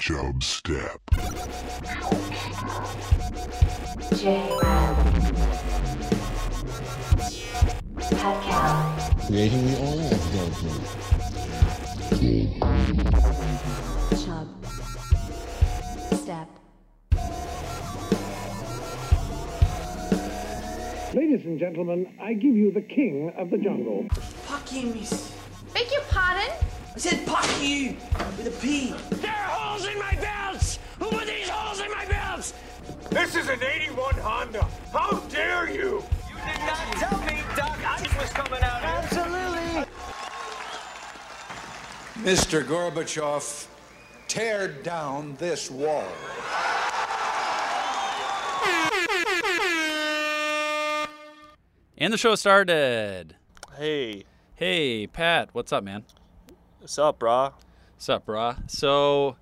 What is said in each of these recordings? Job Step. Creating the oil of Chub. Step. Ladies and gentlemen, I give you the king of the jungle. Fuck you, miss. Beg your pardon? I said fuck you with a P. There are holes in my belts! Who put these holes in my belts? This is an 81 Honda. How dare you? You did not tell me Doc Ice was coming out. Absolutely. Mr. Gorbachev, tear down this wall. And the show started. Hey, Hey, Pat, what's up, man? what's up, brah? What's up, brah? So,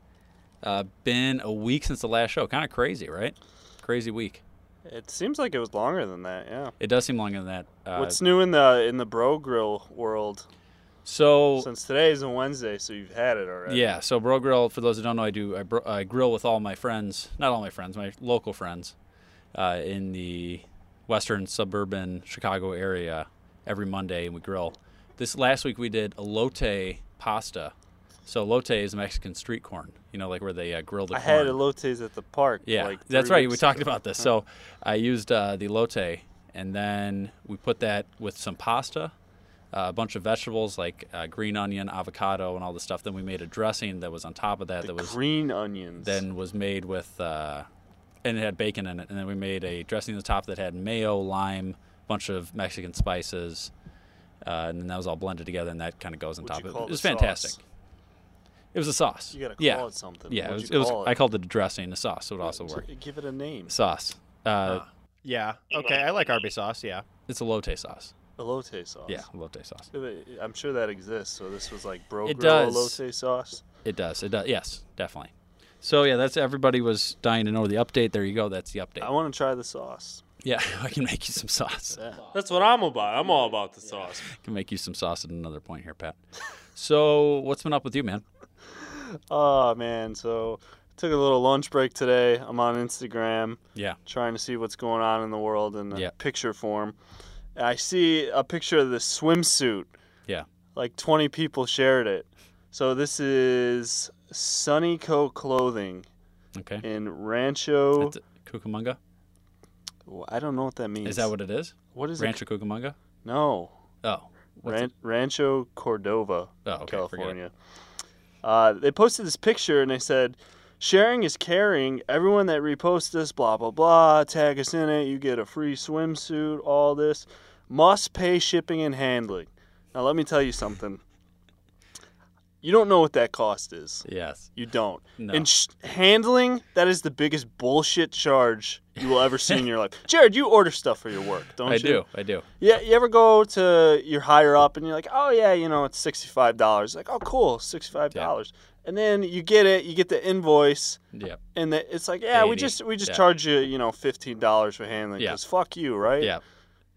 uh, been a week since the last show. Kind of crazy, right? Crazy week. It seems like it was longer than that. Yeah. It does seem longer than that. Uh, What's new in the in the bro grill world? so? Since today is a Wednesday, so you've had it already. Yeah, so Bro Grill, for those who don't know, I do I, bro, I grill with all my friends, not all my friends, my local friends, uh, in the western suburban Chicago area every Monday, and we grill. This last week we did elote pasta. So elote is Mexican street corn, you know, like where they uh, grill the I corn. had elotes at the park. Yeah, like that's three right. We weeks talked ago. about this. So I used uh, the elote, and then we put that with some pasta, uh, a bunch of vegetables like uh, green onion, avocado, and all this stuff. Then we made a dressing that was on top of that. The that was green onions. then was made with, uh, and it had bacon in it. And then we made a dressing on the top that had mayo, lime, bunch of Mexican spices, uh, and then that was all blended together, and that kind of goes on What'd top you of it. call It the was fantastic. sauce? It was a sauce. You gotta call yeah. it something. Yeah, it What'd was, you it was. call I it? called it a dressing. A sauce would also work. G- Give it a name. Sauce. Uh, Yeah. Okay. I like Arby sauce. Yeah. It's a lotte sauce. Elote sauce. Yeah, lotte sauce. I'm sure that exists. So this was like bro It grill does. elote sauce. It does. It does. Yes, definitely. So yeah, that's everybody was dying to know the update. There you go. That's the update. I want to try the sauce. yeah, I can make you some sauce. That's what I'm about. I'm all about the sauce. I can make you some sauce at another point here, Pat. So what's been up with you, man? Oh man, so took a little lunch break today. I'm on Instagram. Yeah. trying to see what's going on in the world in a Yeah. picture form. And I see a picture of this swimsuit. Yeah. Like 20 people shared it. So this is Sunny Co Clothing Okay. in Rancho. It's Cucamonga. Well, I don't know what that means. Is that what it is? What is Rancho it? Cucamonga? No. Oh. What's Ran- it? Rancho Cordova, Oh, okay, forget it. California. Uh, they posted this picture and they said, "Sharing is caring. Everyone that reposts this, blah blah blah, tag us in it. You get a free swimsuit. All this must pay shipping and handling." Now let me tell you something. You don't know what that cost is. Yes. You don't. No. And sh- handling that is the biggest bullshit charge you will ever see in your life. Jared, you order stuff for your work, don't I you? do. I do. Yeah, you ever go to your higher up and you're like, oh yeah, you know, it's sixty five dollars. Like, oh cool, sixty five dollars. And then you get it, you get the invoice, Yeah. and the, it's like, yeah, we 80, just we just yeah. charge you, you know, fifteen dollars for handling Yeah. because fuck you, right? Yeah.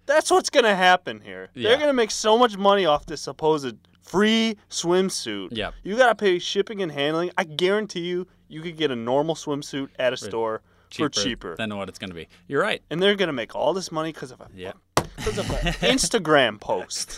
That's what's gonna happen here. Yeah. They're gonna make so much money off this supposed free swimsuit. Yeah. You gotta pay shipping and handling. I guarantee you, you could get a normal swimsuit at a store for cheaper. than what it's going to be. You're right. and they're gonna make all this money because of a Yeah. because of an Instagram post.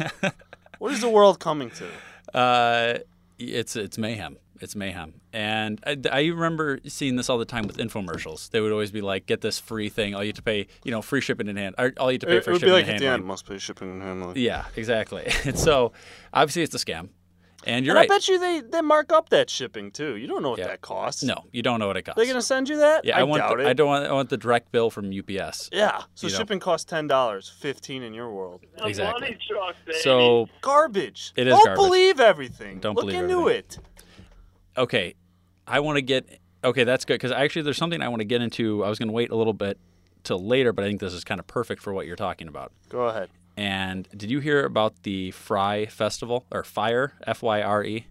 What is the world coming to? Uh, it's it's mayhem. It's mayhem. And I, I remember seeing this all the time with infomercials. They would always be like, "Get this free thing. All you have to pay, you know, free shipping in hand. Or all you have to pay It for would be shipping like and at the end, handling." must pay shipping and handling. Yeah, exactly. And so, obviously, it's a scam. And you're and right. I bet you they, they mark up that shipping too. You don't know what Yeah. that costs. no, you don't know what it costs. They're gonna send you that? yeah, I, I, want. doubt the, it. I don't want. I want the direct bill from UPS. Yeah. So you know. shipping costs ten dollars, fifteen in your world. Exactly. So Garbage. It is Don't garbage. believe everything. Don't Look believe into it. okay, I want to get okay. That's good because actually, there's something I want to get into. I was going to wait a little bit till later, but I think this is kind of perfect for what you're talking about. Go ahead. And did you hear about the Fry Festival or Fire F Y R E?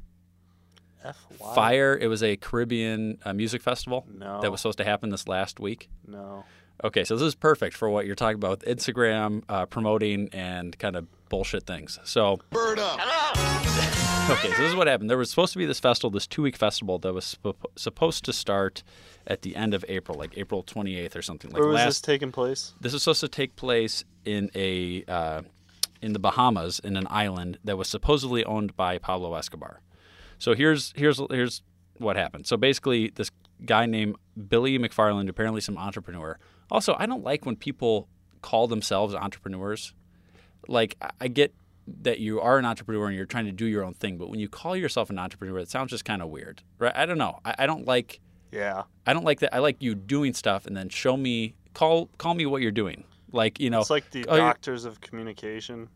F Y. Fire. It was a Caribbean uh, music festival No. that was supposed to happen this last week. No. Okay, so this is perfect for what you're talking about with Instagram uh, promoting and kind of bullshit things. So Bird up. Okay, so this is what happened. There was supposed to be this festival, this two week festival that was sp- supposed to start at the end of April, like April 28th or something. Like Where was last, this taking place? This was supposed to take place in a uh, in the Bahamas in an island that was supposedly owned by Pablo Escobar. So here's here's here's what happened. So basically, this guy named Billy McFarland, apparently some entrepreneur. Also, I don't like when people call themselves entrepreneurs. Like I- I get that you are an entrepreneur and you're trying to do your own thing, but when you call yourself an entrepreneur, it sounds just kind of weird, right? I don't know. I, I don't like. Yeah. I don't like that. I like you doing stuff and then show me call call me what you're doing. Like you know, It's like the oh, you're- doctors of communication.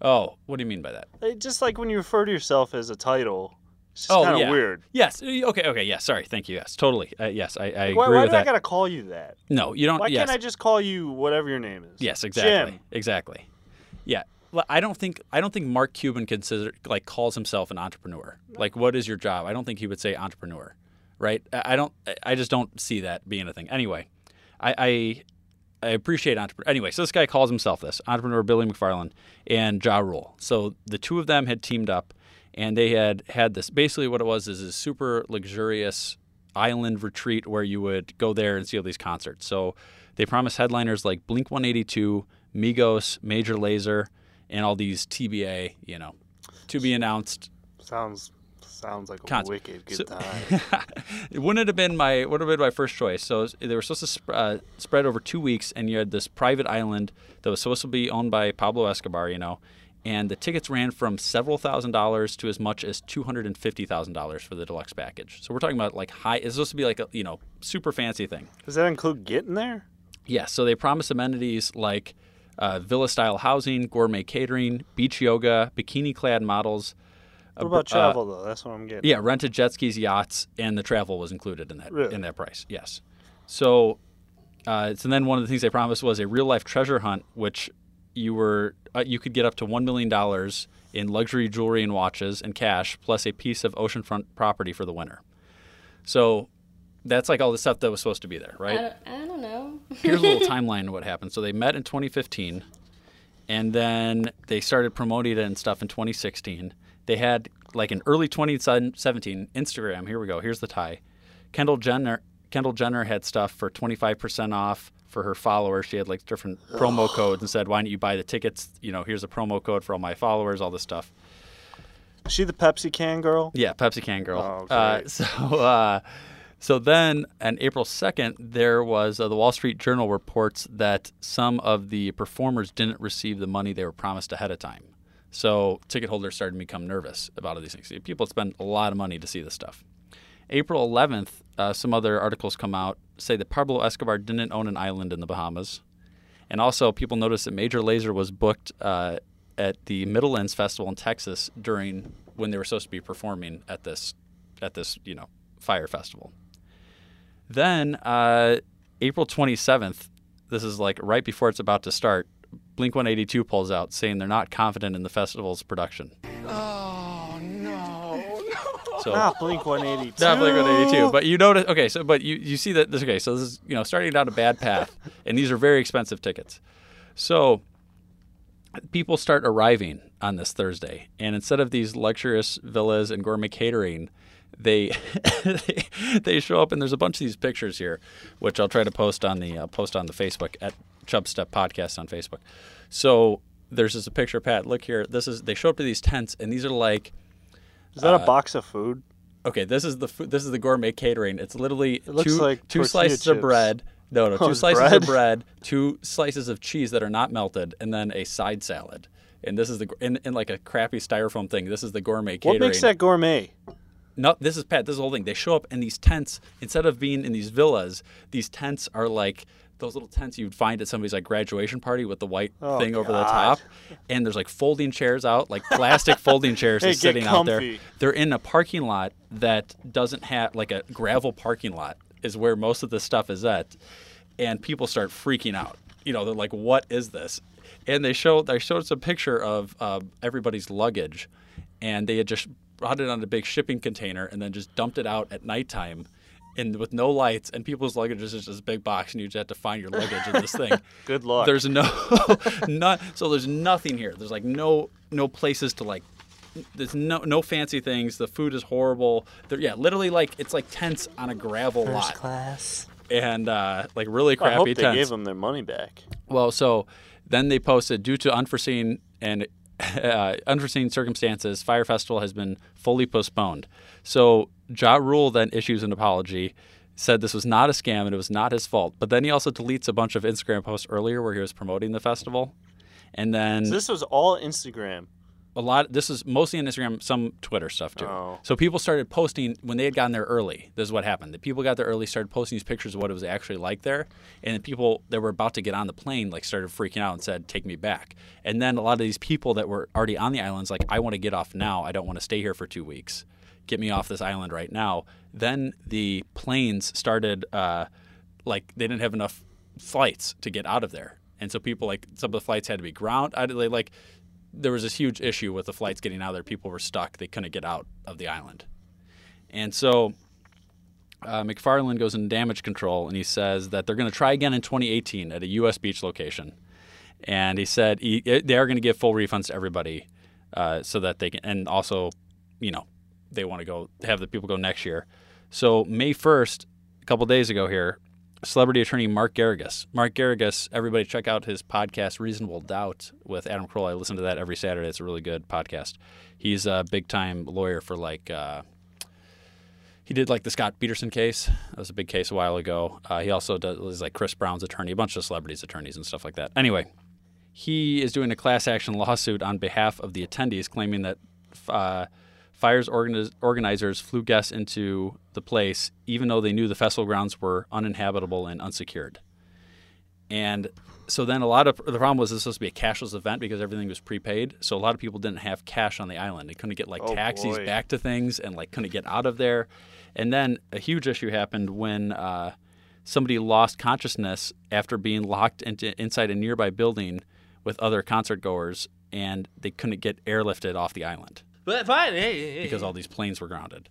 oh, what do you mean by that? They- Just like when you refer to yourself as a title, it's just oh, kind of yeah. weird. Yes. Okay. Okay. Yeah. Sorry. Thank you. Yes. Totally. Uh, yes. I, I agree Why, why with do that. I gotta call you that? no, you don't. Why yes. can't I just call you whatever your name is? Yes, exactly. Jim. Exactly. Yeah. Well, I don't think I don't think Mark Cuban consider like calls himself an entrepreneur. Like what is your job? I don't think he would say entrepreneur. Right? I I don't I just don't see that being a thing. Anyway, I I, I appreciate entrepreneur. Anyway, so this guy calls himself this, entrepreneur Billy McFarland and Ja Rule. So the two of them had teamed up and they had had this basically what it was is this super luxurious island retreat where you would go there and see all these concerts. So they promised headliners like Blink 182, Migos, Major Laser, and all these TBA, you know, to be announced. Sounds sounds like a Cons- wicked good so- time. It wouldn't have been my would have been my first choice. So they were supposed to sp- uh, spread over two weeks, and you had this private island that was supposed to be owned by Pablo Escobar, you know. And the tickets ran from several thousand dollars to as much as two hundred and fifty thousand dollars for the deluxe package. So we're talking about like high. It's supposed to be like a you know super fancy thing. Does that include getting there? Yes, so they promise amenities like uh, villa style housing, gourmet catering, beach yoga, bikini clad models. What about travel though? That's what I'm getting. uh, Yeah, rented jet skis, yachts, and the travel was included in that Really? in that price. Yes. So, uh, so then one of the things they promised was a real life treasure hunt, which you were uh, you could get up to one million dollars in luxury jewelry and watches and cash, plus a piece of oceanfront property for the winner. So, that's like all the stuff that was supposed to be there, right? I don't, I don't know. here's a little timeline of what happened. So they met in 2015, and then they started promoting it and stuff in 2016. They had like in early 2017 Instagram. Here we go. Here's the tie. Kendall Jenner. Kendall Jenner had stuff for 25% off for her followers. She had like different promo codes and said, "Why don't you buy the tickets? You know, here's a promo code for all my followers. All this stuff." Is she the Pepsi can girl? Yeah, Pepsi can girl. Oh, uh, great. so, uh, so then on April second, there was uh, the Wall Street Journal reports that some of the performers didn't receive the money they were promised ahead of time. So ticket holders started to become nervous about all these things. People spend a lot of money to see this stuff. April 11th, uh, some other articles come out say that Pablo Escobar didn't own an island in the Bahamas. And also, people noticed that Major Laser was booked uh, at the Middlelands Festival in Texas during when they were supposed to be performing at this at this you know fire festival. Then uh, April 27th, this is like right before it's about to start. Blink 182 pulls out saying they're not confident in the festival's production. Oh no. So Not Blink 182. Not Blink 182, but you notice. Okay, so but you you see that this. Okay, so this is you know starting down a bad path, and these are very expensive tickets. So people start arriving on this Thursday, and instead of these luxurious villas and gourmet catering, they they, they show up, and there's a bunch of these pictures here, which I'll try to post on the uh, post on the Facebook at Chub Step Podcast on Facebook. So there's just a picture, Pat. Look here. This is they show up to these tents, and these are like. Is that uh, a box of food? Okay, this is the food, this is the gourmet catering. It's literally looks two, like two tortilla slices chips. of bread. No, no, Oh, two it's slices bread? of bread, two slices of cheese that are not melted, and then a side salad. And this is the in, in like a crappy styrofoam thing. This is the gourmet catering. What makes that gourmet? No, this is Pat. This is the whole thing. They show up in these tents instead of being in these villas. These tents are like those little tents you'd find at somebody's like graduation party with the white Oh, thing over the God. top. And there's like folding chairs out, like plastic folding chairs Hey, just get sitting out there. comfy. They're in a parking lot that doesn't have like a gravel parking lot is where most of this stuff is at, and people start freaking out. You know, they're like, "What is this?" And they show they showed us a picture of uh, everybody's luggage, and they had just brought it on a big shipping container and then just dumped it out at nighttime. And with no lights, and people's luggage is just this big box, and you just have to find your luggage in this thing. Good luck. There's no, not so. There's nothing here. There's like no no places to like there's no no fancy things. The food is horrible. They're, yeah, literally like it's like tents on a gravel First lot. class. And uh, like really crappy I hope they tents. gave them their money back. Well, so then they posted due to unforeseen and uh, unforeseen circumstances, Fire Festival has been fully postponed. So Ja Rule then issues an apology, said this was not a scam and it was not his fault. But then he also deletes a bunch of Instagram posts earlier where he was promoting the festival, and then So this was all Instagram. a lot. This is mostly on Instagram, some Twitter stuff too. Oh. So people started posting when they had gotten there early. This is what happened. The people got there early, started posting these pictures of what it was actually like there, and the people that were about to get on the plane like started freaking out and said, "Take me back." And then a lot of these people that were already on the islands like, "I want to get off now. I don't want to stay here for two weeks. Get me off this island right now." Then the planes started uh, like they didn't have enough flights to get out of there, and so people like some of the flights had to be ground. I, they like there was this huge issue with the flights getting out of there. People were stuck. They couldn't get out of the island. And so uh, McFarland goes into damage control and he says that they're going to try again in 2018 at a U.S. beach location. And he said he, eh, they are going to give full refunds to everybody uh, so that they can, and also, you know, they want to go have the people go next year. So May 1st, a couple days ago here, celebrity attorney Mark Garrigus. Mark Garrigus, everybody check out his podcast Reasonable Doubt with Adam Kroll. I listen to that every Saturday. It's a really good podcast. He's a big time lawyer for like uh, he did like the Scott Peterson case. That was a big case a while ago. Uh, he also does was, like Chris Brown's attorney, a bunch of celebrities' attorneys and stuff like that. Anyway, he is doing a class action lawsuit on behalf of the attendees, claiming that uh, fires organiz- organizers flew guests into the place, even though they knew the festival grounds were uninhabitable and unsecured. And so then a lot of the problem was this was supposed to be a cashless event because everything was prepaid. So a lot of people didn't have cash on the island. They couldn't get like Oh, taxis boy. back to things and like couldn't get out of there. And then a huge issue happened when uh, somebody lost consciousness after being locked into inside a nearby building with other concert goers and they couldn't get airlifted off the island But fine. Hey, hey, hey. because all these planes were grounded.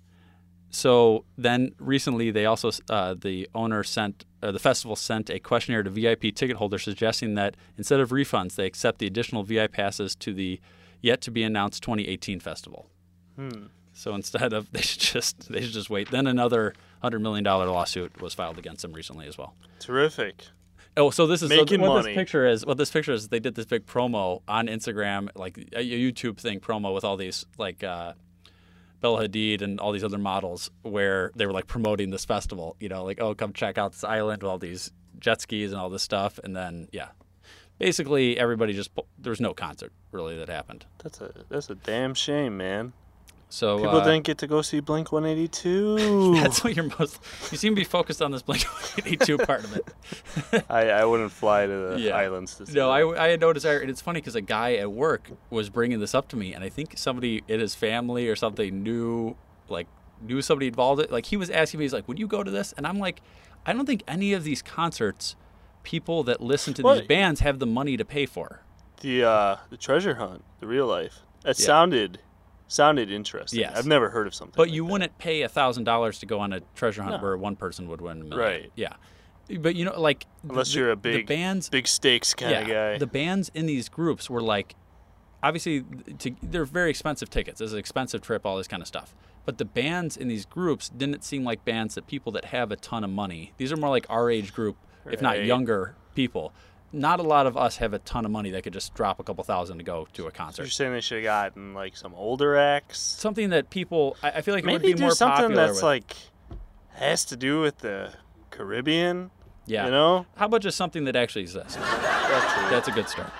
So then recently, they also uh, the owner sent uh, the festival sent a questionnaire to VIP ticket holders suggesting that instead of refunds, they accept the additional VIP passes to the yet to be announced 2018 festival. So instead of they should just they should just wait. Then another hundred million dollar lawsuit was filed against them recently as well. Terrific. Oh, so this is so Making what money. this picture is. What this picture is, they did this big promo on Instagram, like a YouTube thing promo with all these like uh, Bella Hadid and all these other models, where they were like promoting this festival. You know, like oh, come check out this island with all these jet skis and all this stuff. And then yeah, basically everybody just pu- there was no concert really that happened. That's a that's a damn shame, man. So People uh, didn't get to go see Blink 182. that's what you're most. You seem to be focused on this Blink 182 part of it. I, I wouldn't fly to the Yeah. islands to see. No, that. I, I had no desire. And it's funny because a guy at work was bringing this up to me, and I think somebody in his family or something knew, like, knew somebody involved. It. Like, he was asking me, he's like, would you go to this? And I'm like, I don't think any of these concerts, people that listen to Well, these bands have the money to pay for. the uh, the treasure hunt, the real life. That Yeah. sounded sounded interesting. Yes. I've never heard of something. But like you wouldn't pay a thousand dollars to go on a treasure hunt No. where one person would win a million. Right. Yeah. But you know, like that. unless you're a big the bands big stakes kind of guy. The bands in these groups were like, obviously, to, they're very expensive tickets. This is an expensive trip, all this kind of stuff. But the bands in these groups didn't seem like bands that people that have a ton of money. These are more like our age group, if not Right. younger people. Not a lot of us have a ton of money that could just drop a couple thousand to go to a concert. you're saying they should have gotten like some older acts. Something that people, I, I feel like it Maybe would be do more something popular that's with. like has to do with the Caribbean. yeah. You know, How about just something that actually exists? that's That's a good start.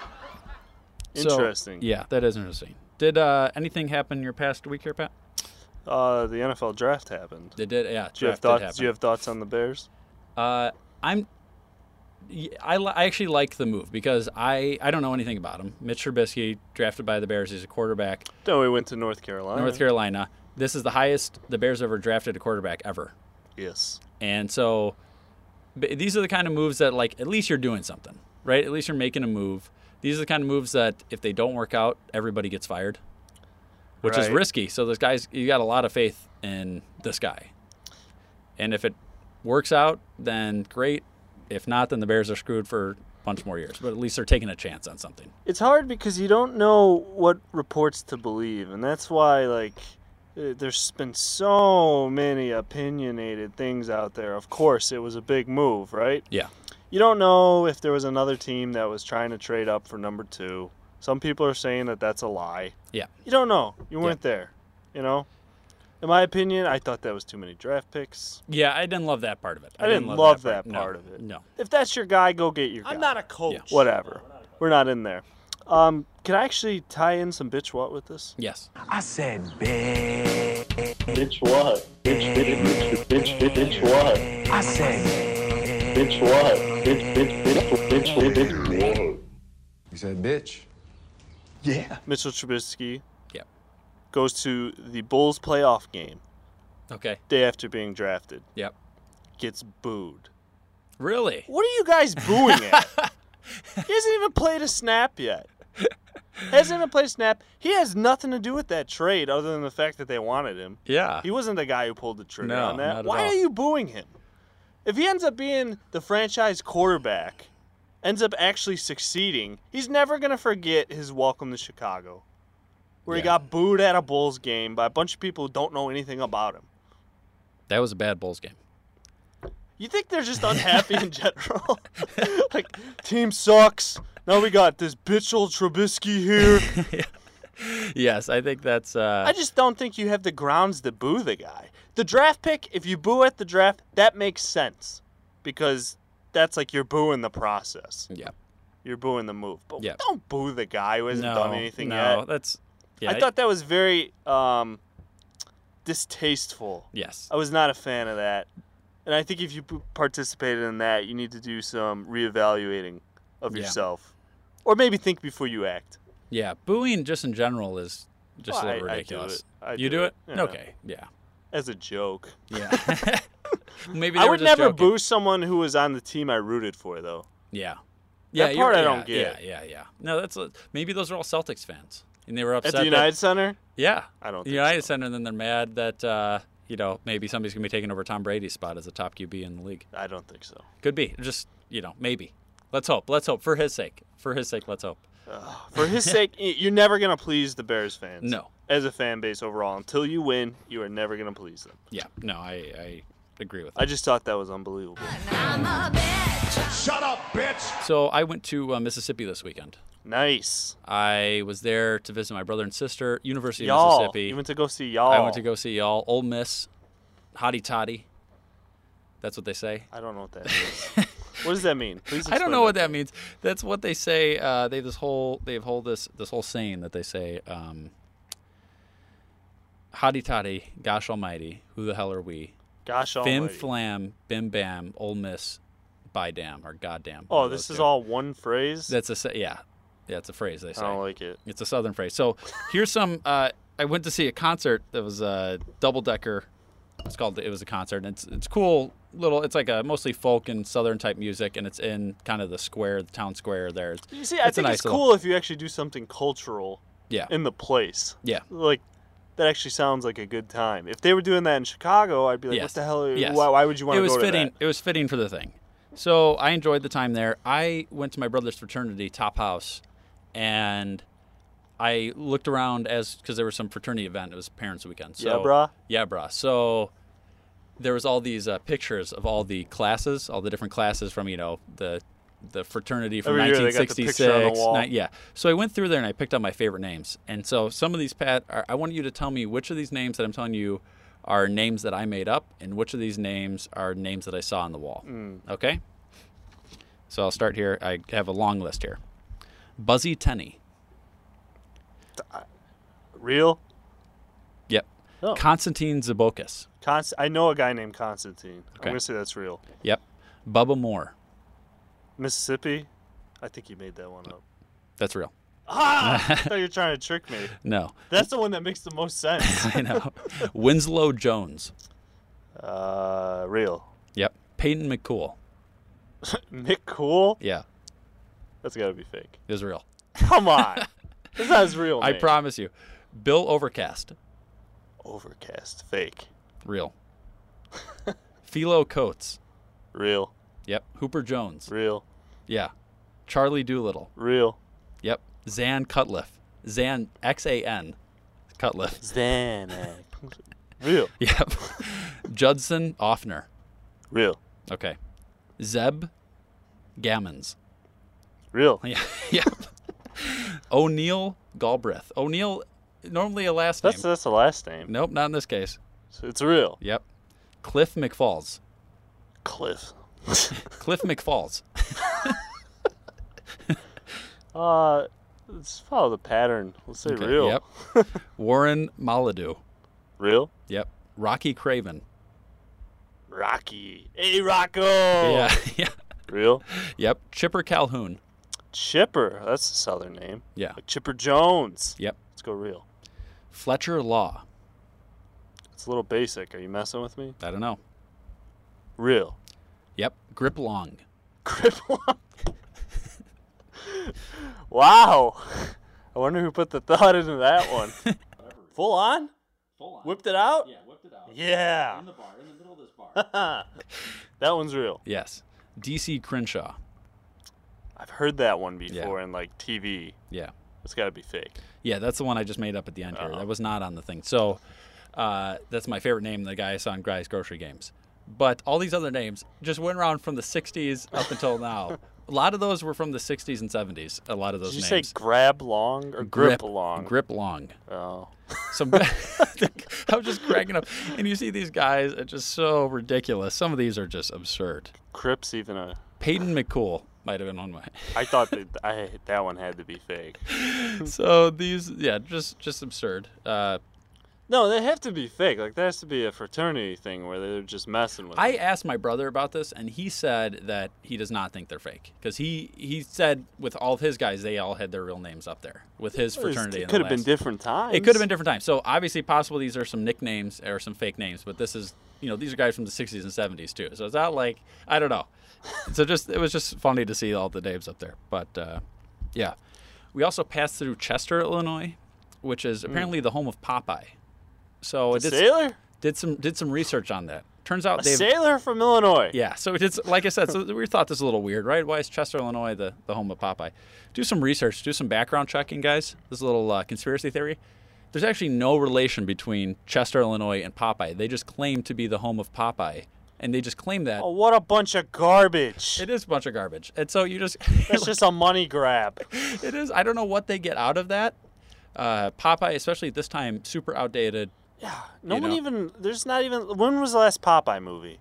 So, interesting. yeah, that is interesting. Did uh, anything happen in your past week here, Pat? Uh, the NFL draft happened. They did, yeah. Do you have draft did thoughts? happen. Do you have thoughts on the Bears? Uh, I'm. y- I, li- I actually like the move because I, I don't know anything about him. Mitch Trubisky, drafted by the Bears, he's a quarterback. No, we went to North Carolina. North Carolina. This is the highest the Bears ever drafted a quarterback ever. Yes. And so b- these are the kind of moves that, like, at least you're doing something, right? At least you're making a move. These are the kind of moves that, if they don't work out, everybody gets fired, which is Right. risky. So this guy's, you got a lot of faith in this guy. And if it works out, then great. If not, then the Bears are screwed for bunch more years, but at least they're taking a chance on something. It's hard because you don't know what reports to believe, and that's why like eh, there's been so many opinionated things out there. Of course, it was a big move, right? Yeah. You don't know if there was another team that was trying to trade up for number 2. Some people are saying that that's a lie. Yeah. You don't know. You weren't there, you know? In my opinion, I thought that was too many draft picks. Yeah, I didn't love that part of it. I didn't love that No, part of it. No. If that's your guy, go get your guy. I'm not a coach. Whatever. We're not in there. Um, can I actually tie in some bitch what with this? Yes. I said, bitch. Bitch what? Bitch, bitch, bitch, bitch, bitch, bitch what? I said, Bitch what? Bitch, bitch, bitch, bitch, bitch, bitch what? You said bitch. Yeah. Mitchell Trubisky. Yep. Goes to the Bulls playoff game Okay. day after being drafted. Yep. Gets booed. Really? What are you guys booing at? he hasn't even played a snap yet. Hasn't even played a snap. He has nothing to do with that trade other than the fact that they wanted him. Yeah. He wasn't the guy who pulled the trigger No, on not that. at Why all. are you booing him? If he ends up being the franchise quarterback, ends up actually succeeding, he's never going to forget his welcome to Chicago, where he got booed at a Bulls game by a bunch of people who don't know anything about him. That was a bad Bulls game. You think they're just unhappy in general? like, team sucks. Now we got this bitchel Trubisky here. Yes, I think that's. Uh, I just don't think you have the grounds to boo the guy. The draft pick, if you boo at the draft, that makes sense because that's like you're booing the process. Yeah. You're booing the move. But Yeah. don't boo the guy who hasn't no, done anything no, yet. that's. Yeah, I thought that was very um, distasteful. Yes. I was not a fan of that. And I think if you p- participated in that, you need to do some reevaluating of Yeah. yourself. Or maybe think before you act. Yeah, booing just in general is just Well, a little I- I do ridiculous. it. I you do do it? it, yeah. Okay. Yeah. As a joke. Yeah. Maybe they I were would just never joking. boo someone who was on the team I rooted for, though. Yeah. Yeah. That you're- part I yeah, don't get. Yeah, yeah, yeah. No, that's a- maybe those are all Celtics fans, and they were At upset the that- United Center? Yeah. I don't The think United Center, and then they're mad that uh, you know maybe somebody's gonna be taking over Tom Brady's spot as the top QB in the league. I don't think so. Could be. Just you know maybe. Let's hope. Let's hope for his sake. For his sake, let's hope. For his sake, y- you're never going to please the Bears fans. No. As a fan base overall. Until you win, you are never going to please them. Yeah. No, I I agree with. I just thought that was unbelievable. Shut up, bitch. So I went to uh, Mississippi this weekend. Nice. I was there to visit my brother and sister, University of Y'all. Mississippi. You went to go see y'all. I went to go see y'all. Ole Miss, Hottie Toddy. That's what they say. I don't know what that is. what does that mean? Please I don't explain know what that means. That's what they say. Uh, they have this whole they have whole this this whole saying that they say. Um, Hottie Toddy, gosh almighty, who the hell are we? Gosh Bim almighty. flam, bim bam, Ole Miss, by damn, or goddamn. one Oh, of this those is two. all one phrase? That's a sa- yeah, yeah. It's a phrase they say. I don't like it. It's a southern phrase. So here's some. Uh, I went to see a concert that was a double decker. It's called. It was a concert. And it's it's cool. Little. It's like a mostly folk and southern type music, and it's in kind of the square, the town square there. It's, You see, I it's a think nice it's little- cool if you actually do something cultural Yeah. in the place. Yeah. Like, that actually sounds like a good time. If they were doing that in Chicago, I'd be like, Yes. what the hell? Are, Yes. why, why would you want It to was go fitting. to It was fitting for the thing. So I enjoyed the time there. I went to my brother's fraternity, Top House, and I looked around as because there was some fraternity event. It was parents' weekend. So, Yeah, brah? Yeah, brah. So there was all these uh, pictures of all the classes, all the different classes from you know the the fraternity from Every year Oh, they got the 1966. picture on the wall. ni- yeah. So I went through there and I picked out my favorite names. And so some of these, Pat, are, I want you to tell me which of these names that I'm telling you are names that I made up, and which of these names are names that I saw on the wall. Mm. Okay. So I'll start here. I have a long list here. Buzzy Tenney. that? Real? Yep. Oh. Constantine Zabokas. Const- I know a guy named Constantine. I'm Okay. going to say that's real. Yep. Bubba Moore. Mississippi? I think he made that one up. That's real. Ah! I thought you were trying to trick me. No. That's the one that makes the most sense. I know. Winslow Jones. Uh, real. Yep. Peyton McCool. Mick Cool? Yeah. That's got to be fake. Is real. Come on. That's not his real I name. promise you. Bill Overcast. Overcast. Fake. Real. Philo Coates. Real. Yep. Hooper Jones. Real. Yeah. Charlie Doolittle. Real. Yep. Zan Cutliff. Zan X A N Cutliff. Zan. Real. Yep. Judson Offner. Real. Okay. Zeb Gammons. Real. Yeah. Yep. O'Neill Galbraith. O'Neill, normally a last That's name. that's the last name. Nope, not in this case. So It's real. Yep. Cliff McFalls. Cliff. Cliff McFalls. Uh, let's follow the pattern. Let's say Okay, real. Yep. Warren Molyneux. Real. Yep. Rocky Craven. Rocky. Hey, Rocco. Yeah. Yeah. Real. Yep. Chipper Calhoun. Chipper. That's a southern name. Yeah. Chipper Jones. Yep. Let's go real. Fletcher Law. It's a little basic. Are you messing with me? I don't know. Real. Yep. Grip Long. Cripple. wow. I wonder who put the thought into that one. Full on? Full on. Whipped it out? Yeah, whipped it out. Yeah. In the bar, in the middle of this bar. that one's real. Yes. DC Crenshaw. I've heard that one before in like TV. Yeah. It's got to be fake. Yeah, that's the one I just made up at the end here. Oh. That was not on the thing. So uh, that's my favorite name, the guy I saw in Guy's Grocery Games. But all these other names just went around from the 60s up until now. A lot of those were from the 60s and 70s. A lot of those Did you names. say grab long or grip, long? Grip long. Oh. Some guy- I was just cracking up. And you see these guys, it's just so ridiculous. Some of these are just absurd. Crip's even a. Peyton McCool might have been on my. I thought that I that one had to be fake. So these, yeah, just just absurd. Uh, No, they have to be fake. Like there has to be a fraternity thing where they're just messing with. I it. asked my brother about this, and he said that he does not think they're fake because he he said with all of his guys, they all had their real names up there with his Well, it's- fraternity. It in the could have been last- different times. It could have been different times. So obviously, possible these are some nicknames or some fake names, but this is you know these are guys from the '60s and '70s too. So it's not like I don't know. so just it was just funny to see all the names up there. But uh, yeah, we also passed through Chester, Illinois, which is Mm. apparently the home of Popeye. So it A did, sailor, did some did some research on that. Turns out a they've sailor from Illinois. yeah, so it's like I said, so we thought this was a little weird, right? Why is Chester, Illinois, the, the home of Popeye? Do some research, do some background checking, guys. This is a little uh, conspiracy theory. There's actually no relation between Chester, Illinois, and Popeye. They just claim to be the home of Popeye, and they just claim that Oh, what a bunch of garbage! it is a bunch of garbage. And so you just, That's just a money grab. it is. I don't know what they get out of that. Uh, Popeye, especially at this time, super outdated. No You one know. even. There's not even. When was the last Popeye movie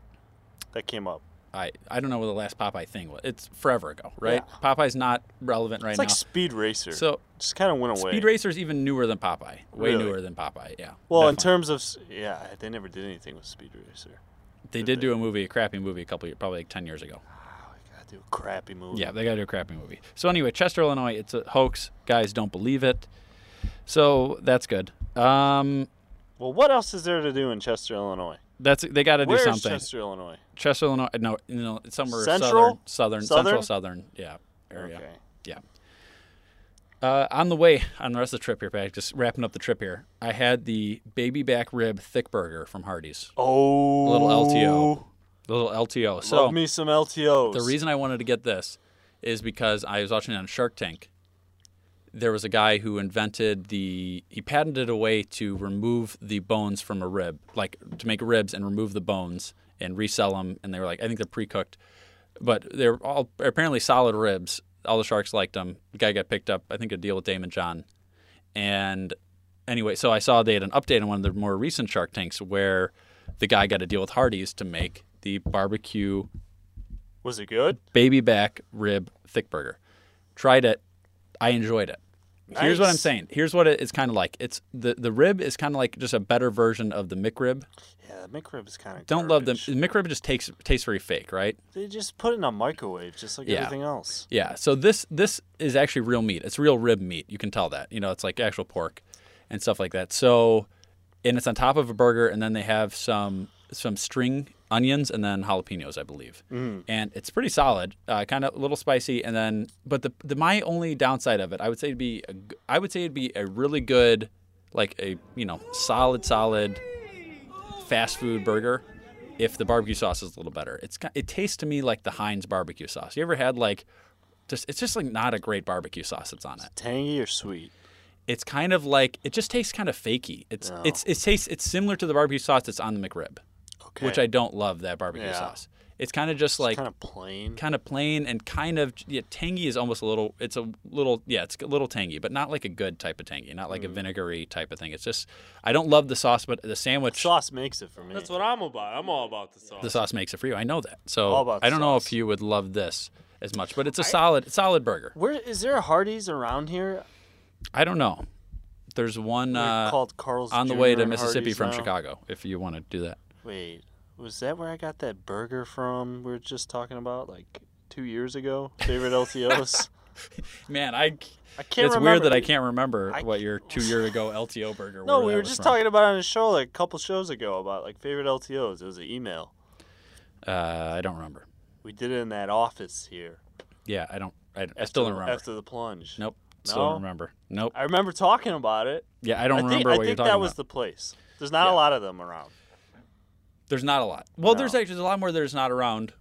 that came up? I I don't know what the last Popeye thing was. It's forever ago, right? Popeye's not relevant right It's like now. Speed Racer. So- just kind of went away. Speed Racer's even newer than Popeye. Way Really? newer than Popeye, yeah. Well, in Definitely. terms of s- yeah, they never did anything with Speed Racer. they did do a movie, a crappy movie, a couple years, probably like ten years ago. I do a crappy movie. Yeah, they got to do a crappy movie. So anyway, Chester, Illinois, it's a hoax. Guys, don't believe it. So that's good. Um, Well, what else is there to do in Chester, Illinois? that's they got to do Where's something. Chester? Chester, Illinois? Illinois, no, you know, it's somewhere Central? southern, southern, Southern? central, southern, yeah, area. Okay. Yeah. Uh, on the way, on the rest of the trip here, Pat, just wrapping up the trip here, I had the baby back rib thick burger from Hardee's. Oh, little LTO. Little LTO. So Love me some LTOs. The reason I wanted to get this is because I was watching it on Shark Tank. There was a guy who invented the he patented a way to remove the bones from a rib, like to make ribs and remove the bones and resell them. And they were like, I think they're pre-cooked, but they're all apparently solid ribs. All the sharks liked them. The guy got picked up. I think a deal with Damon John. And anyway, so I saw they had an update on one of the more recent Shark Tanks where the guy got a deal with Hardee's to make the barbecue was it good? baby back rib thick burger. Tried it. I enjoyed it. Here's what I'm Nice. saying. Here's what it's kind of like. It's the, the rib is kind of like just a better version of the McRib. Yeah, the McRib is kind of. Don't love the, the McRib just takes tastes very fake, right? They just put it in a microwave, just like Yeah. everything else. Yeah. So this this is actually real meat. It's real rib meat. You can tell that. You know, it's like actual pork and stuff like that. So and it's on top of a burger and then they have some some string onions and then jalapenos, I believe. And it's pretty solid. Uh, kind of a little spicy and then but the the my only downside of it, I would say it'd be a g I would say it'd be a really good like a, you know, solid solid fast food burger if the barbecue sauce is a little better. It's ki- it tastes to me like the Heinz barbecue sauce. You ever had like just it's just like not a great barbecue sauce that's on it. tangy or sweet? It's kind of like it just tastes kind of fakey. It's No. it's it tastes it's similar to the barbecue sauce that's on the McRib, which Okay. I don't love that barbecue Yeah. sauce. It's kind of just like kind of plain. kind of plain and kind of yeah, tangy is almost a little. It's a little yeah, it's a little tangy, but not like a good type of tangy, not Mm. like a vinegary type of thing. It's just I don't love the sauce, but the sandwich sauce makes it for me. That's what I'm about. I'm all about the sauce. the sauce makes it for you. I know that. So All about the I don't know if you would love this as much, but it's a solid solid burger. Where is there a Hardee's around here? I don't know. There's one They're uh, called Carl's on the way Jr. to and Mississippi Hardee's from now. Chicago. If you want to do that, Wait, was that where I got that burger from? We were just talking about like two years ago. Favorite LTOs. man, I. I can't it's remember. weird that I can't remember what your two year ago LTO burger. No, where we that were was just from. talking about it on a show like a couple shows ago about like favorite LTOs. It was an email. Uh, I don't remember. We did it in that office here. Yeah, I don't. I, I after still don't the- remember. After the plunge. Nope. Still No? don't remember. Nope. I remember talking about it. Yeah, I don't think, remember I what you're think talking that was about. the place. There's not a lot of them around. There's not a lot. Well, No. there's actually there's a lot more. There's not around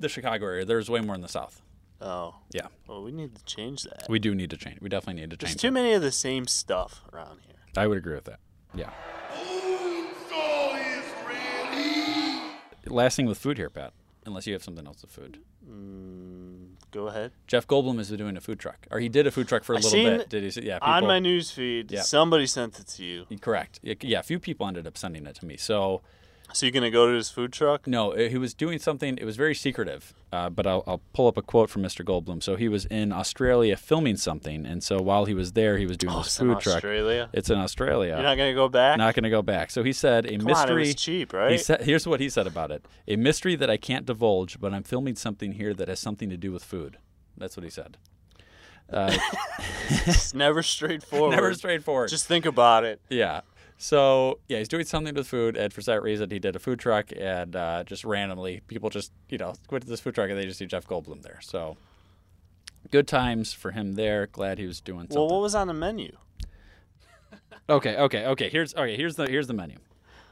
the Chicago area. There's way more in the South. Oh. Yeah. Well, we need to change that. We do need to change. We definitely need to There's change. too many of the same stuff around here. I would agree with that. Yeah. Last thing with food here, Pat. Unless you have something else with food. Mm, go ahead. Jeff Goldblum is doing a food truck, or he did a food truck for a I little seen bit. Did he? see- Yeah. on people- my news feed, Yeah. somebody sent it to you. Correct. Yeah, Yeah, a few people ended up sending it to me. So So you're gonna go to this food truck? No, uh, he was doing something. It was very secretive, uh, but I'll, I'll pull up a quote from Mr. Goldblum. So he was in Australia filming something, and so while he was there, he was doing Oh, this it's in food truck. Australia? It's in Australia. You're not gonna go back? Not going to go back. So he said a Come on, it mystery. was cheap, right? He said, here's what he said about it: a mystery that I can't divulge, but I'm filming something here that has something to do with food. That's what he said. Uh, It's never straightforward. Never straightforward. Just think about it. Yeah. So yeah, he's doing something with food, and for that reason, he did a food truck, and uh, just randomly, people just you know went to this food truck, and they just see Jeff Goldblum there. So good times for him there. Glad he was doing something. Well, what was on the menu? Okay, okay, okay. Here's okay. Here's the here's the menu.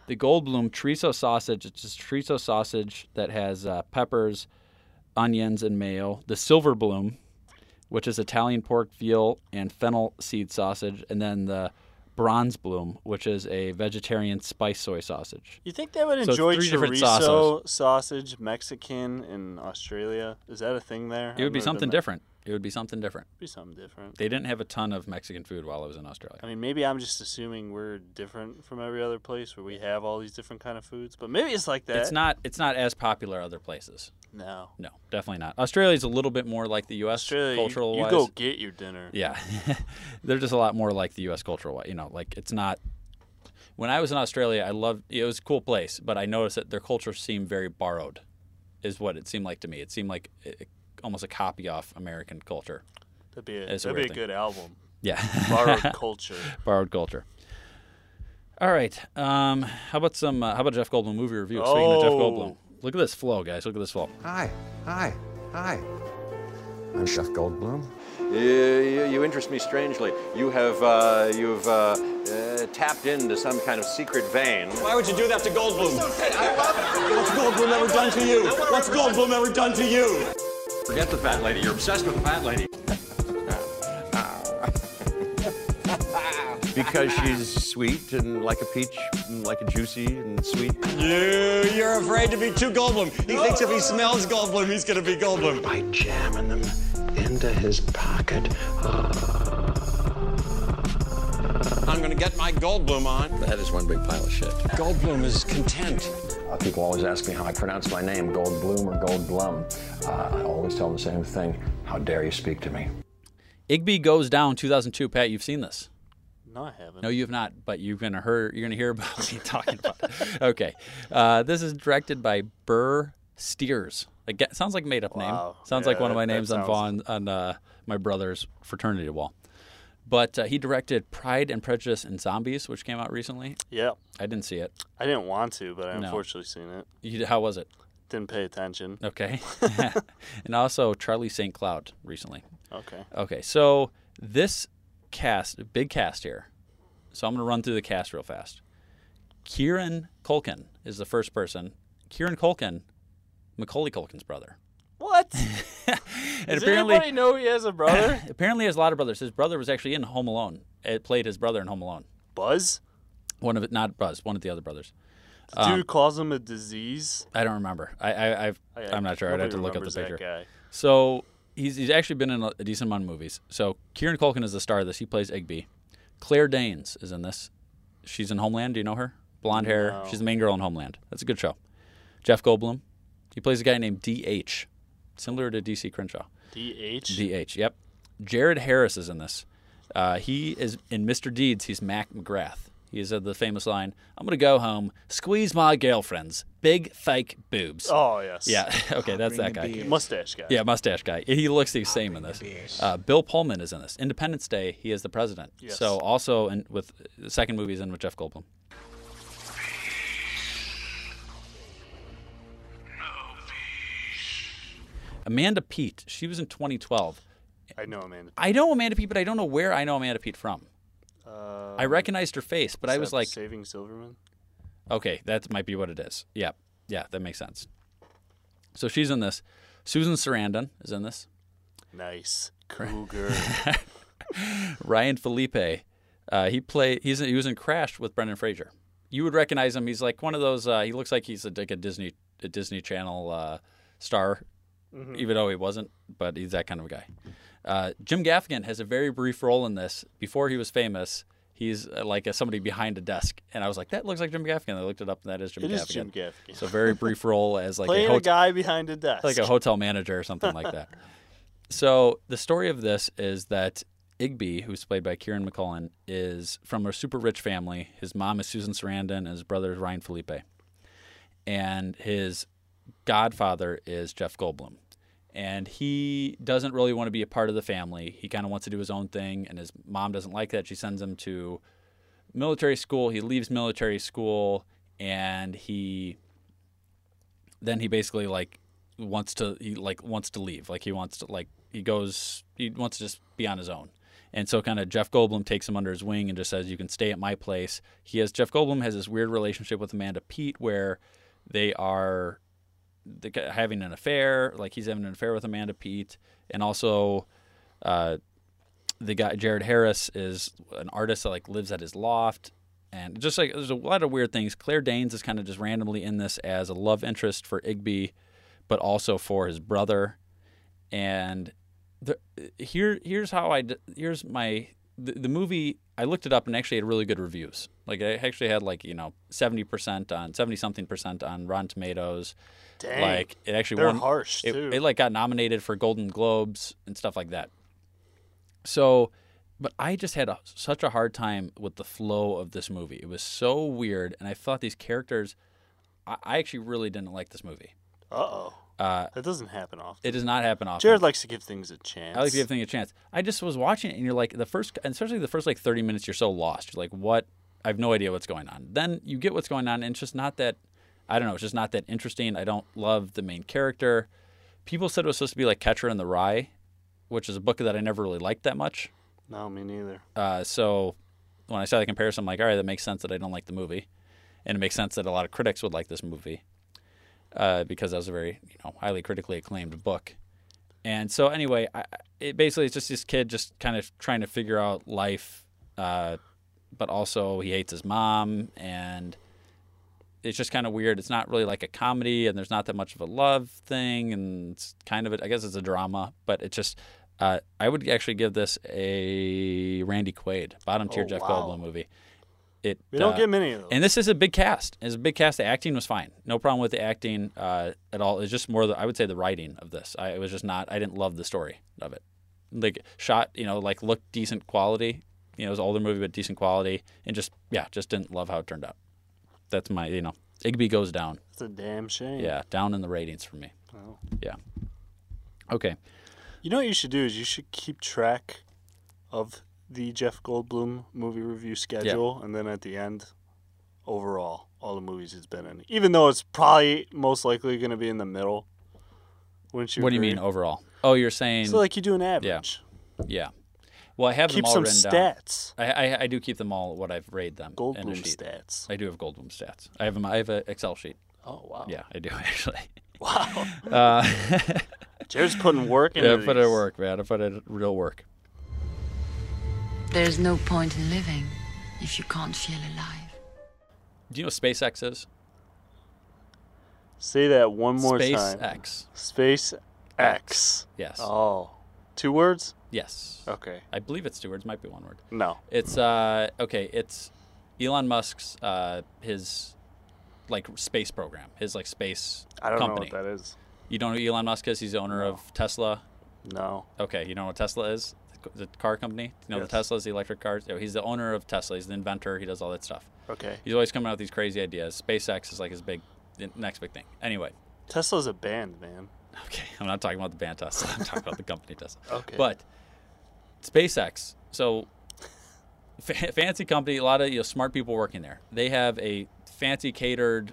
The Goldblum chorizo sausage. It's just chorizo sausage that has uh, peppers, onions, and mayo. The silver bloom, which is Italian pork veal and fennel seed sausage, and then the bronze bloom, which is a vegetarian spice soy sausage. You think they would So it's enjoy three different chorizo sausage Mexican in Australia? Is that a thing there? It would be I've never been there. something different. It would be something different. Be something different. They didn't have a ton of Mexican food while I was in Australia. I mean, maybe I'm just assuming we're different from every other place where we have all these different kind of foods, but maybe it's like that. It's not. It's not as popular other places. No. No, definitely not. Australia's a little bit more like the U.S. Australia, you- cultural you, wise. go get your dinner. Yeah, they're just a lot more like the U.S. cultural. You know, like it's not. When I was in Australia, I loved it was a cool place, but I noticed that their culture seemed very borrowed, is what it seemed like to me. It seemed like i almost a copy off American culture. That'd be a, It's that'd be a a weird thing. good album. Yeah, Borrowed culture. borrowed culture. All right, um, how about some? Uh, how about Jeff Goldblum movie review? Speaking of Jeff Oh. Goldblum, look at this flow, guys. Look at this flow. Hi, hi, hi. I'm Jeff Goldblum. You, you interest me strangely. You have uh, you've uh, uh, tapped into some kind of secret vein. Why would you do that to Goldblum? What's Goldblum ever done to you? What's Goldblum ever done to you? Forget the fat lady. You're obsessed with the fat lady. because she's sweet and like a peach, and like a juicy and sweet. You, you're afraid to be too Goldblum. He thinks if he smells Goldblum, he's gonna be Goldblum. By jamming them into his pocket. I'm gonna get my Goldblum on. That is one big pile of shit. Goldblum is content. Uh, people always ask me how I pronounce my name, Goldblum or Goldblum. Uh, I always tell them the same thing. How dare you speak to me? Igby goes down 2002. Pat, you've seen this. No, I haven't. No, you have not, but you're gonna hear you're gonna hear about me talking about. It. Okay, uh, this is directed by Burr Steers. Again, sounds like a made up Wow. name. Sounds like Yeah, one of my that- that names on Vaughn sounds- on uh, my brother's fraternity wall. But uh, he directed Pride and Prejudice and Zombies, which came out recently. Yep. I didn't see it. I didn't want to, but I No. unfortunately seen it. You, how was it? Didn't pay attention. Okay. and also Charlie St. Cloud recently. Okay. Okay. So this cast, big cast here. So I'm going to run through the cast real fast. Kieran Culkin is the first person. Kieran Culkin, Macaulay Culkin's brother. What? And Does apparently, anybody know he has a brother? apparently, he has a lot of brothers. His brother was actually in Home Alone. It played his brother in Home Alone. Buzz. One of it, not Buzz. One of the other brothers. The Um, dude calls him a disease. I don't remember. I, I I've, I- I, am not sure. I'd have to nobody look up the remembers that picture. guy. So he's he's actually been in a, a decent amount of movies. So Kieran Culkin is the star of this. He plays Igby. Claire Danes is in this. She's in Homeland. Do you know her? Blonde hair. No. She's the main girl in Homeland. That's a good show. Jeff Goldblum. He plays a guy named D.H. Similar to D.C. Crenshaw. D.H.? D.H. Yep. Jared Harris is in this. Uh, he is in Mr. Deeds. He's Mac McGrath. He said the famous line, "I'm gonna go home, squeeze my girlfriend's big fake boobs." Oh, yes. Yeah. Okay, that's Bring that the guy. beer. Mustache guy. Yeah, mustache guy. He looks the same in this. Uh, Bill Pullman is in this. Independence Day. He is the president. Yes. So also, in, with the second movie is in with Jeff Goldblum. Amanda Pete. She was in 2012. I know Amanda. I know Amanda Pete, but I don't know where I know Amanda Pete from. Uh, I recognized her face, but I was like, Saving Silverman. Okay, that might be what it is. Yeah, yeah, that makes sense. So she's in this. Susan Sarandon is in this. Nice cougar. Ryan Felipe, uh, he play he's he was in Crash with Brendan Fraser. You would recognize him. He's like one of those. Uh, he looks like he's a, like a Disney a Disney Channel uh, star, Mhm. even though he wasn't. But he's that kind of a guy. Uh, Jim Gaffigan has a very brief role in this. Before he was famous, he's uh, like a, somebody behind a desk, and I was like, that looks like Jim Gaffigan. I looked it up, and that is Jim It Gaffigan. is Jim Gaffigan. So very brief role as like Playing a a, hotel guy behind a desk. like a hotel manager or something like that. So the story of this is that Igby, who's played by Kieran McCullen, is from a super rich family. His mom is Susan Sarandon, and his brother is Ryan Felipe, and his godfather is Jeff Goldblum. And he doesn't really want to be a part of the family. He kind of wants to do his own thing, and his mom doesn't like that. She sends him to military school. He leaves military school, and he then he basically like wants to he like wants to leave like he wants to like he goes he wants to just be on his own and so kind of jeff goldblum takes him under his wing and just says you can stay at my place he has jeff goldblum has this weird relationship with amanda pete where they are the, guy having an affair like he's having an affair with amanda pete and also uh, the guy jared harris is an artist that like lives at his loft and just like there's a lot of weird things. Claire Danes is kind of just randomly in this as a love interest for Igby, but also for his brother. And the, here, here's how I d- here's my the, the movie. I looked it up and actually had really good reviews. Like I actually had like you know seventy percent on seventy something percent on Rotten Tomatoes. Dang. Like it actually They're won, harsh, it, too. It like got nominated for Golden Globes and stuff like that. So, but I just had a, such a hard time with the flow of this movie. It was so weird, and I thought these characters. I, I actually really didn't like this movie. Uh-oh. Uh, That doesn't happen often. It does not happen often. Jared likes to give things a chance. I like to give things a chance. I just was watching it, and you're like the first, and especially the first like 30 minutes, you're so lost. You're like, what? I have no idea what's going on. Then you get what's going on, and it's just not that. I don't know. It's just not that interesting. I don't love the main character. People said it was supposed to be like Catcher in the Rye, which is a book that I never really liked that much. No, me neither. Uh, so when I saw the comparison, I'm like, all right, that makes sense that I don't like the movie, and it makes sense that a lot of critics would like this movie uh, because that was a very you know highly critically acclaimed book. And so anyway, I, it basically it's just this kid just kind of trying to figure out life, uh, but also he hates his mom, and it's just kind of weird. It's not really like a comedy, and there's not that much of a love thing, and it's kind of a, I guess it's a drama, but it's just. Uh, I would actually give this a Randy Quaid, bottom tier Oh, Jeff wow. Goldblum movie. It We don't get many of And this is a big cast. It's a big cast. The acting was fine. No problem with the acting uh, at all. It's just more the I would say the writing of this. I it was just not. I didn't love the story of it. Like shot, you know, like looked decent quality. You know, it was an older movie but decent quality, and just yeah, just didn't love how it turned out. That's my you know, Igby goes down. It's a damn shame. Yeah, down in the ratings for me. Hmm. Wow. Yeah. Okay. You know what you should do is you should keep track of the Jeff Goldblum movie review schedule, and then at the end, overall, all the movies he's been in. Even though it's probably most likely going to be in the middle. Wouldn't you? what do you agree? mean overall? Oh, you're saying So like you do an average. Yeah. Well, I have Keep them all some written stats. down. I, I I do keep them all what I've rated them. in a Goldblum sheet. stats. I do have Goldblum stats. I have them. I have an Excel sheet. Oh wow. Yeah, I do actually. Wow. Uh, Jared's putting work into Yeah, I put in these. work, man. I put in real work. There's no point in living if you can't feel alive. Do you know what SpaceX is? Say that one more SpaceX. time. Space X. Yes. Oh. Two words? Yes. Okay. I believe it's two words. Might be one word. No. It's uh okay. It's Elon Musk's uh his like space program. His like space. I don't know what company. that is. You don't know who Elon Musk is? He's the owner of Tesla. No. Okay. You know what Tesla is? The car company. You know Yes. the Teslas, the electric cars. Oh, he's the owner of Tesla. He's the inventor. He does all that stuff. Okay. He's always coming out with these crazy ideas. SpaceX is like his big the next big thing. Anyway. Tesla's a band, man. Okay, I'm not talking about the band Tesla. I'm talking about the company Tesla. Okay. But SpaceX, so fa- fancy company, a lot of you know, smart people working there. They have a fancy catered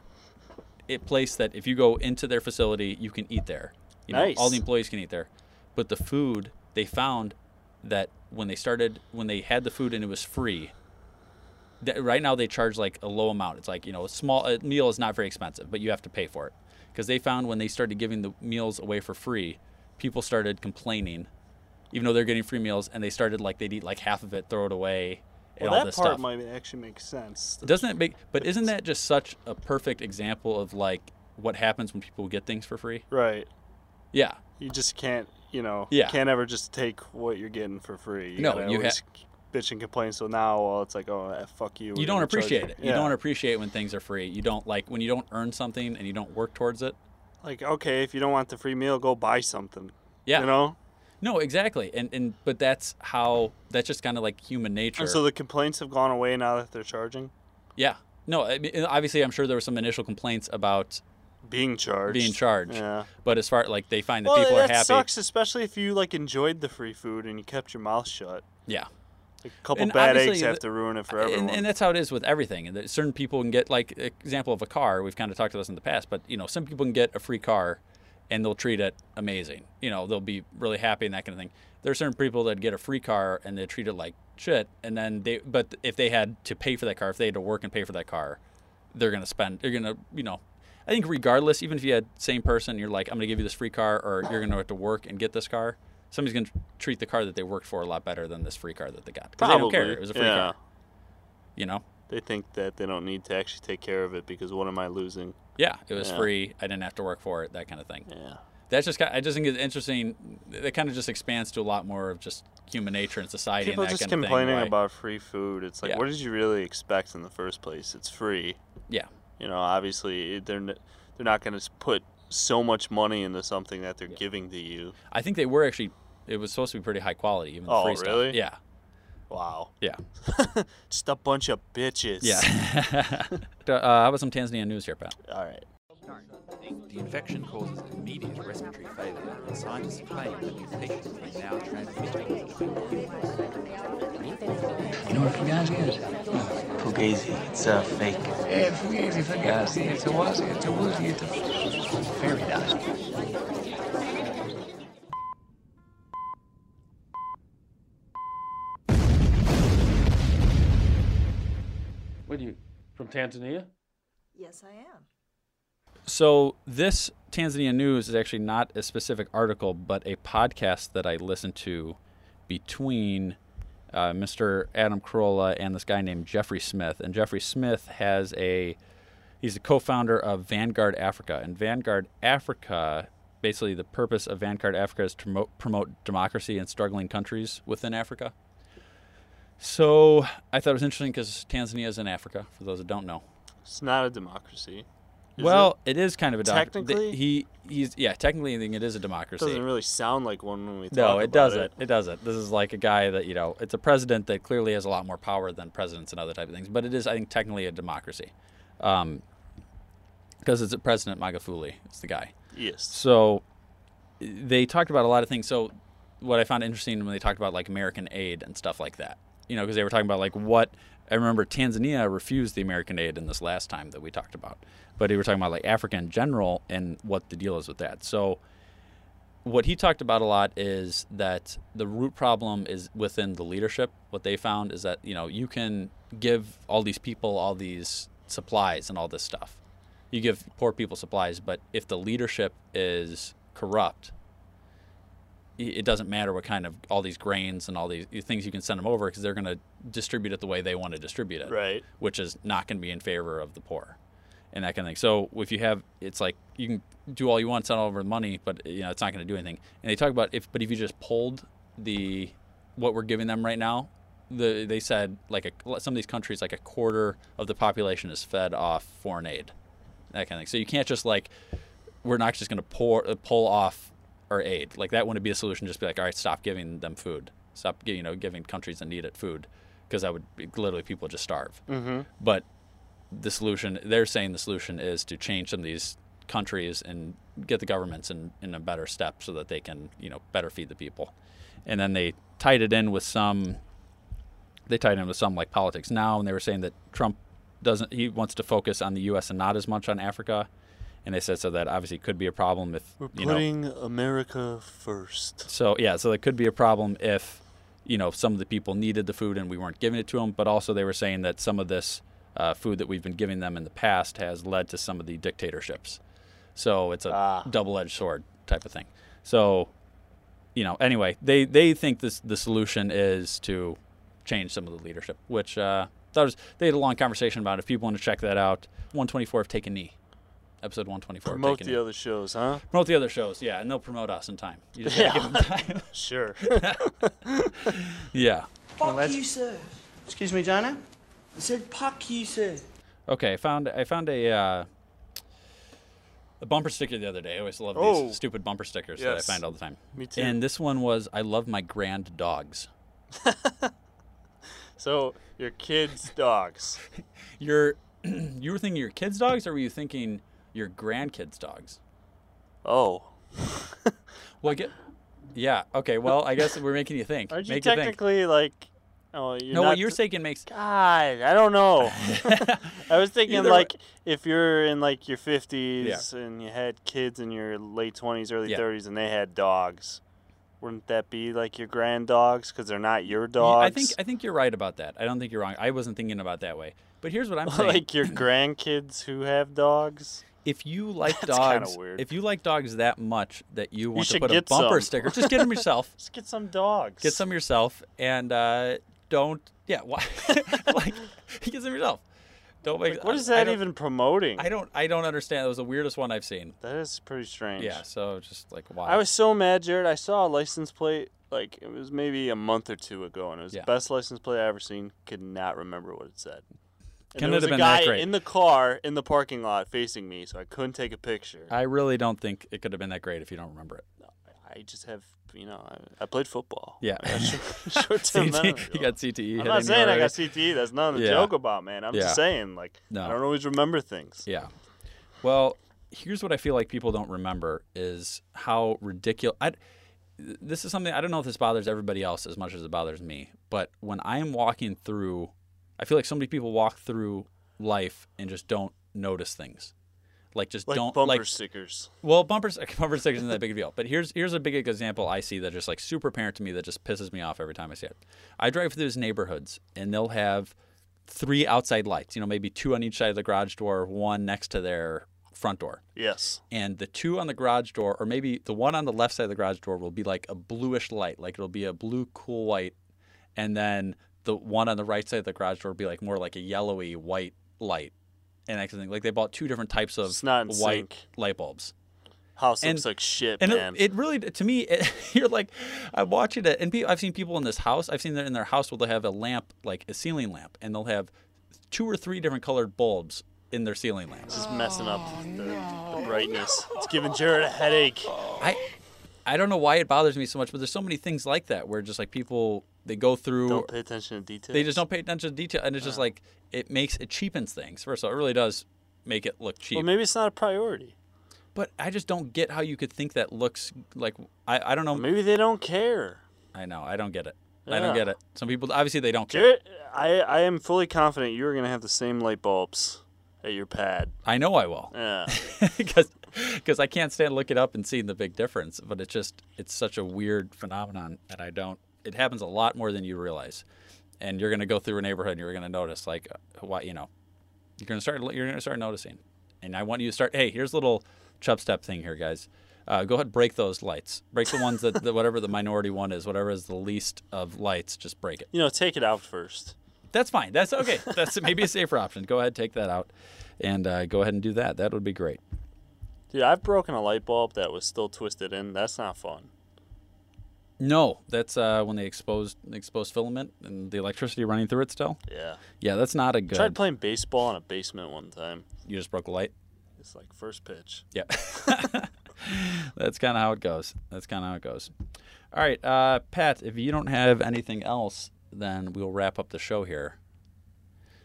it place that if you go into their facility, you can eat there. You Nice. Know, all the employees can eat there. But the food, they found that when they started, when they had the food and it was free, that right now they charge like a low amount. It's like you know, a small a meal is not very expensive, but you have to pay for it because they found when they started giving the meals away for free, people started complaining, even though they're getting free meals, and they started like they'd eat like half of it, throw it away, and Well, all that this part stuff. might actually make sense. Doesn't it make? But isn't that just such a perfect example of like what happens when people get things for free? Right. Yeah. You just can't, you know, Yeah. can't ever just take what you're getting for free. You No, gotta you ha- always bitch and complain. So now, well, it's like, oh, eh, fuck you. You we're don't gonna charge appreciate it. You Yeah. don't appreciate when things are free. You don't like when you don't earn something and you don't work towards it. Like, okay, if you don't want the free meal, go buy something. Yeah. You know? No, exactly. And and but that's how that's just kind of like human nature. And so the complaints have gone away now that they're charging? yeah. No, I mean, obviously I'm sure there were some initial complaints about being charged. Being charged. Yeah. But as far like they find that well, people that are happy. sucks, especially if you, like, enjoyed the free food and you kept your mouth shut. Yeah. Like, a couple And bad obviously eggs the- have to ruin it for and- everyone. And, that's how it is with everything. And that certain people can get like example of a car. We've kind of talked about this in the past, but you know, some people can get a free car, and they'll treat it amazing. You know, they'll be really happy and that kind of thing. There are certain people that get a free car and they treat it like shit. And then they, but if they had to pay for that car, if they had to work and pay for that car, they're gonna spend. They're gonna, you know. I think regardless, even if you had same person, you're like, I'm gonna give you this free car, or you're gonna have to work and get this car. Somebody's gonna treat the car that they worked for a lot better than this free car that they got because they don't care. Probably, It was a free yeah. car. You know. They think that they don't need to actually take care of it because what am I losing? Yeah, it was Yeah. free. I didn't have to work for it. That kind of thing. Yeah. That's just. ki- I just think it's interesting. That kind of just expands to a lot more of just human nature and society. People and that just kind complaining of thing, why- about free food. It's like, Yeah. what did you really expect in the first place? It's free. Yeah. You know, obviously they're n- they're not going to put so much money into something that they're giving to you. I think they were actually. It was supposed to be pretty high quality, even the Oh, free stuff. really? Yeah. Wow. Yeah. Just a bunch of bitches. Yeah. uh, how about some Tanzania news here, Pat? All right. The infection causes immediate respiratory failure, and scientists claim that mutations are now transmitted between humans. You know what Fugazi is? Fugazi. It's a fake. Yeah, Fugazi, Fugazi, it's a wazzy, it's a woozy, it's a fairy dust. What are you from Tanzania? Yes, I am. So this Tanzania news is actually not a specific article, but a podcast that I listened to between uh, Mr. Adam Carolla and this guy named Jeffrey Smith. And Jeffrey Smith has a he's the co-founder of Vanguard Africa, and Vanguard Africa basically the purpose of Vanguard Africa is to promote, promote democracy in struggling countries within Africa. So I thought it was interesting because Tanzania is in Africa. For those that don't know, It's not a democracy. Is well, it? it is kind of a doc- th- Technically? He he's yeah. Technically, I think it is a It democracy. doesn't really sound like one when we talk no, about it doesn't. It. doesn't. This is like a guy that you know. It's a president that clearly has a lot more power than presidents and other type of things. But it is, I think, technically a democracy, because it's a president Magufuli. It's the guy. Yes. So they talked about a lot of things. So what I found interesting when they talked about like American aid and stuff like that, you know, because they were talking about like what I remember Tanzania refused the American aid in this last time that we talked about, but they were talking about like Africa in general and what the deal is with that. So what he talked about a lot is that the root problem is within the leadership. What they found is that you know you can give all these people all these supplies and all this stuff. You give poor people supplies, but if the leadership is corrupt, it doesn't matter what kind of all these grains and all these things you can send them over because they're going to distribute it the way they want to distribute it, Right. Which is not going to be in favor of the poor, and that kind of thing. So if you have, it's like you can do all you want, send all over the money, but you know it's not going to do anything. And they talk about if, but if you just pulled the what we're giving them right now, the they said like a, some of these countries like a quarter of the population is fed off foreign aid, that kind of thing. So you can't just like we're not just going to pour uh, pull off our aid. Like that wouldn't be a solution. Just be like, all right, stop giving them food. Stop, gi- you know, giving countries that need it food, because that would be, literally people would just starve. Mhm. But the solution they're saying the solution is to change some of these countries and get the governments in, in a better step so that they can you know better feed the people. And then they tied it in with some they tied in with some like politics now, and they were saying that Trump doesn't he wants to focus on the U.S. and not as much on Africa, and they said so that obviously could be a problem if We're you know. putting America first. So yeah, so that could be a problem if you know some of the people needed the food and we weren't giving it to them. But also they were saying that some of this uh, food that we've been giving them in the past has led to some of the dictatorships. So it's a Ah. double-edged sword type of thing. So you know, anyway, they they think this the solution is to change some of the leadership, which uh, that was they had a long conversation about. it. If people want to check that out, 124 of Take a Knee, episode 124. of Promote Take a the Knee. other shows, huh? Promote the other shows, yeah, and they'll promote us in time. You just gotta Yeah. give them time. Sure. yeah. Fuck you, sir. Excuse me, Johnny? I said, fuck you, sir. Okay, I found I found a uh, a bumper sticker the other day. I always love Oh. these stupid bumper stickers that I Yes. find all the time. Me too. And this one was I love my grand dogs. So your kids' dogs. Your you were thinking your kids' dogs, or were you thinking your grandkids' dogs? Oh. well, I get. Yeah. Okay. Well, I guess we're making you think. Aren't you Make you think. technically like? Oh, you're No, not what you're thinking makes. God, I don't know. I was thinking Either way- like if you're in like your 50s and you had kids in your late 20s, early Yeah. 30s, and they had dogs, wouldn't that be like your grand dogs because they're not your Yeah, dogs? I think I think you're right about that. I don't think you're wrong. I wasn't thinking about it that way. But here's what I'm saying. like your grandkids who have dogs. If you like That's kinda dogs, weird. if you like dogs that much that you want to should put a get bumper some. sticker, just get them yourself. Just get some dogs. Get some yourself, and uh, don't. Yeah, why? like, get some yourself. Don't make. Like, what is I- I that don't- even promoting? I don't. I don't understand. That was the weirdest one I've seen. That is pretty strange. Yeah. So just like why? I was so mad, Jared. I saw a license plate like it was maybe a month or two ago, and it was Yeah. the best license plate I ever seen. Could not remember what it said. And Can there was it have a been that guy great? in the car in the parking lot facing me, so I couldn't take a picture. I really don't think it could have been that great if you don't remember it. I just have, you know, I, I played football. Yeah. I got short- Short-term CTE memory. You got E CTE. I'm hitting you not saying I already. got CTE. That's nothing to Yeah. joke about, man. I'm Yeah. just saying, like, No. I don't always remember things. Yeah. Well, here's what I feel like people don't remember is how ridiculous. I, this is something I don't know if this bothers everybody else as much as it bothers me, but when I am walking through, I feel like so many people walk through life and just don't notice things. Like just Like don't bumper like stickers. Well, bumper stick- bumper stickers isn't that big a deal. But here's here's a big example I see that just like super apparent to me that just pisses me off every time I see it. I drive through these neighborhoods and they'll have three outside lights. You know, maybe two on each side of the garage door, one next to their front door. Yes. And the two on the garage door, or maybe the one on the left side of the garage door, will be like a bluish light, like it'll be a blue cool white, and then the one on the right side of the garage door will be like more like a yellowy white light, and that kind of thing. Like they bought two different types of It's not in white sync. light bulbs. House And- looks like shit, And man. it, it really, to me, it, you're like, I'm watching it, and pe- I've seen people in this house. I've seen that in their house where they'll have a lamp, like a ceiling lamp, and they'll have two or three different colored bulbs in their ceiling lamps. It's messing up the, the brightness. It's giving Jared a headache. I I don't know why it bothers me so much, but there's so many things like that where just like people they go through Don't pay attention to details. they just don't pay attention to detail and it's just like it makes it cheapens things. First of all, it really does make it look cheap. Well, maybe it's not a priority. but I just don't get how you could think that looks like I, I don't know. Maybe they don't care. I know, I don't get it. I don't Yeah. get it. Some people obviously they don't care. Jared, I, I am fully confident you are going to have the same light bulbs at your pad. Uh, I know I will. Yeah. Because because I can't stand looking up and seeing the big difference, but it's just it's such a weird phenomenon and I don't it happens a lot more than you realize. And you're going to go through a neighborhood and you're going to notice like uh, why you know you're going to start you're going to start noticing. And I want you to start hey, here's a little chub step thing here guys. Uh, go ahead, break those lights. Break the ones that, that whatever the minority one is, whatever is the least of lights, just break it. You know, take it out first. That's fine. That's okay. That's maybe a safer option. Go ahead, take that out, and uh, go ahead and do that. That would be great. Dude, I've broken a light bulb that was still twisted in. That's not fun. No, that's uh, when they exposed exposed filament and the electricity running through it still. Yeah. Yeah, that's not a I good. tried playing baseball in a basement one time. You just broke a light. It's like first pitch. Yeah. That's kind of how it goes. That's kind of how it goes. All right, uh, Pat, if you don't have anything else, then we'll wrap up the show here.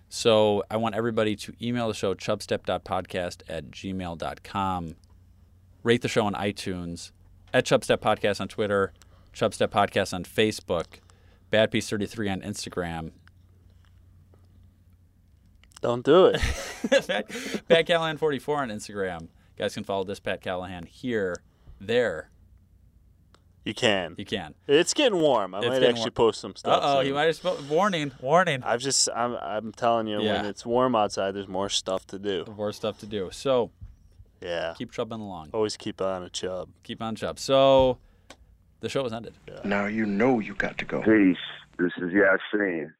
So I want everybody to email the show, chubstep.podcast at gmail.com. Rate the show on iTunes, at Chubstep Podcast on Twitter, Chubstep Podcast on Facebook, Bad Piece 33 on Instagram, Don't do it. Pat, Pat Callahan 44 on Instagram. guys can follow this Pat Callahan here, there. You can. You can. It's getting warm. I It's might getting actually warm. post some stuff. Uh-oh, soon. you might as well. Warning, warning. I've just, I'm, I'm telling you, when Yeah. it's warm outside, there's more stuff to do. More stuff to do. So, yeah. Keep chubbing along. Always keep on a chub. Keep on chub. So, the show has ended. Now you know you got to go. Peace. This is Yasin.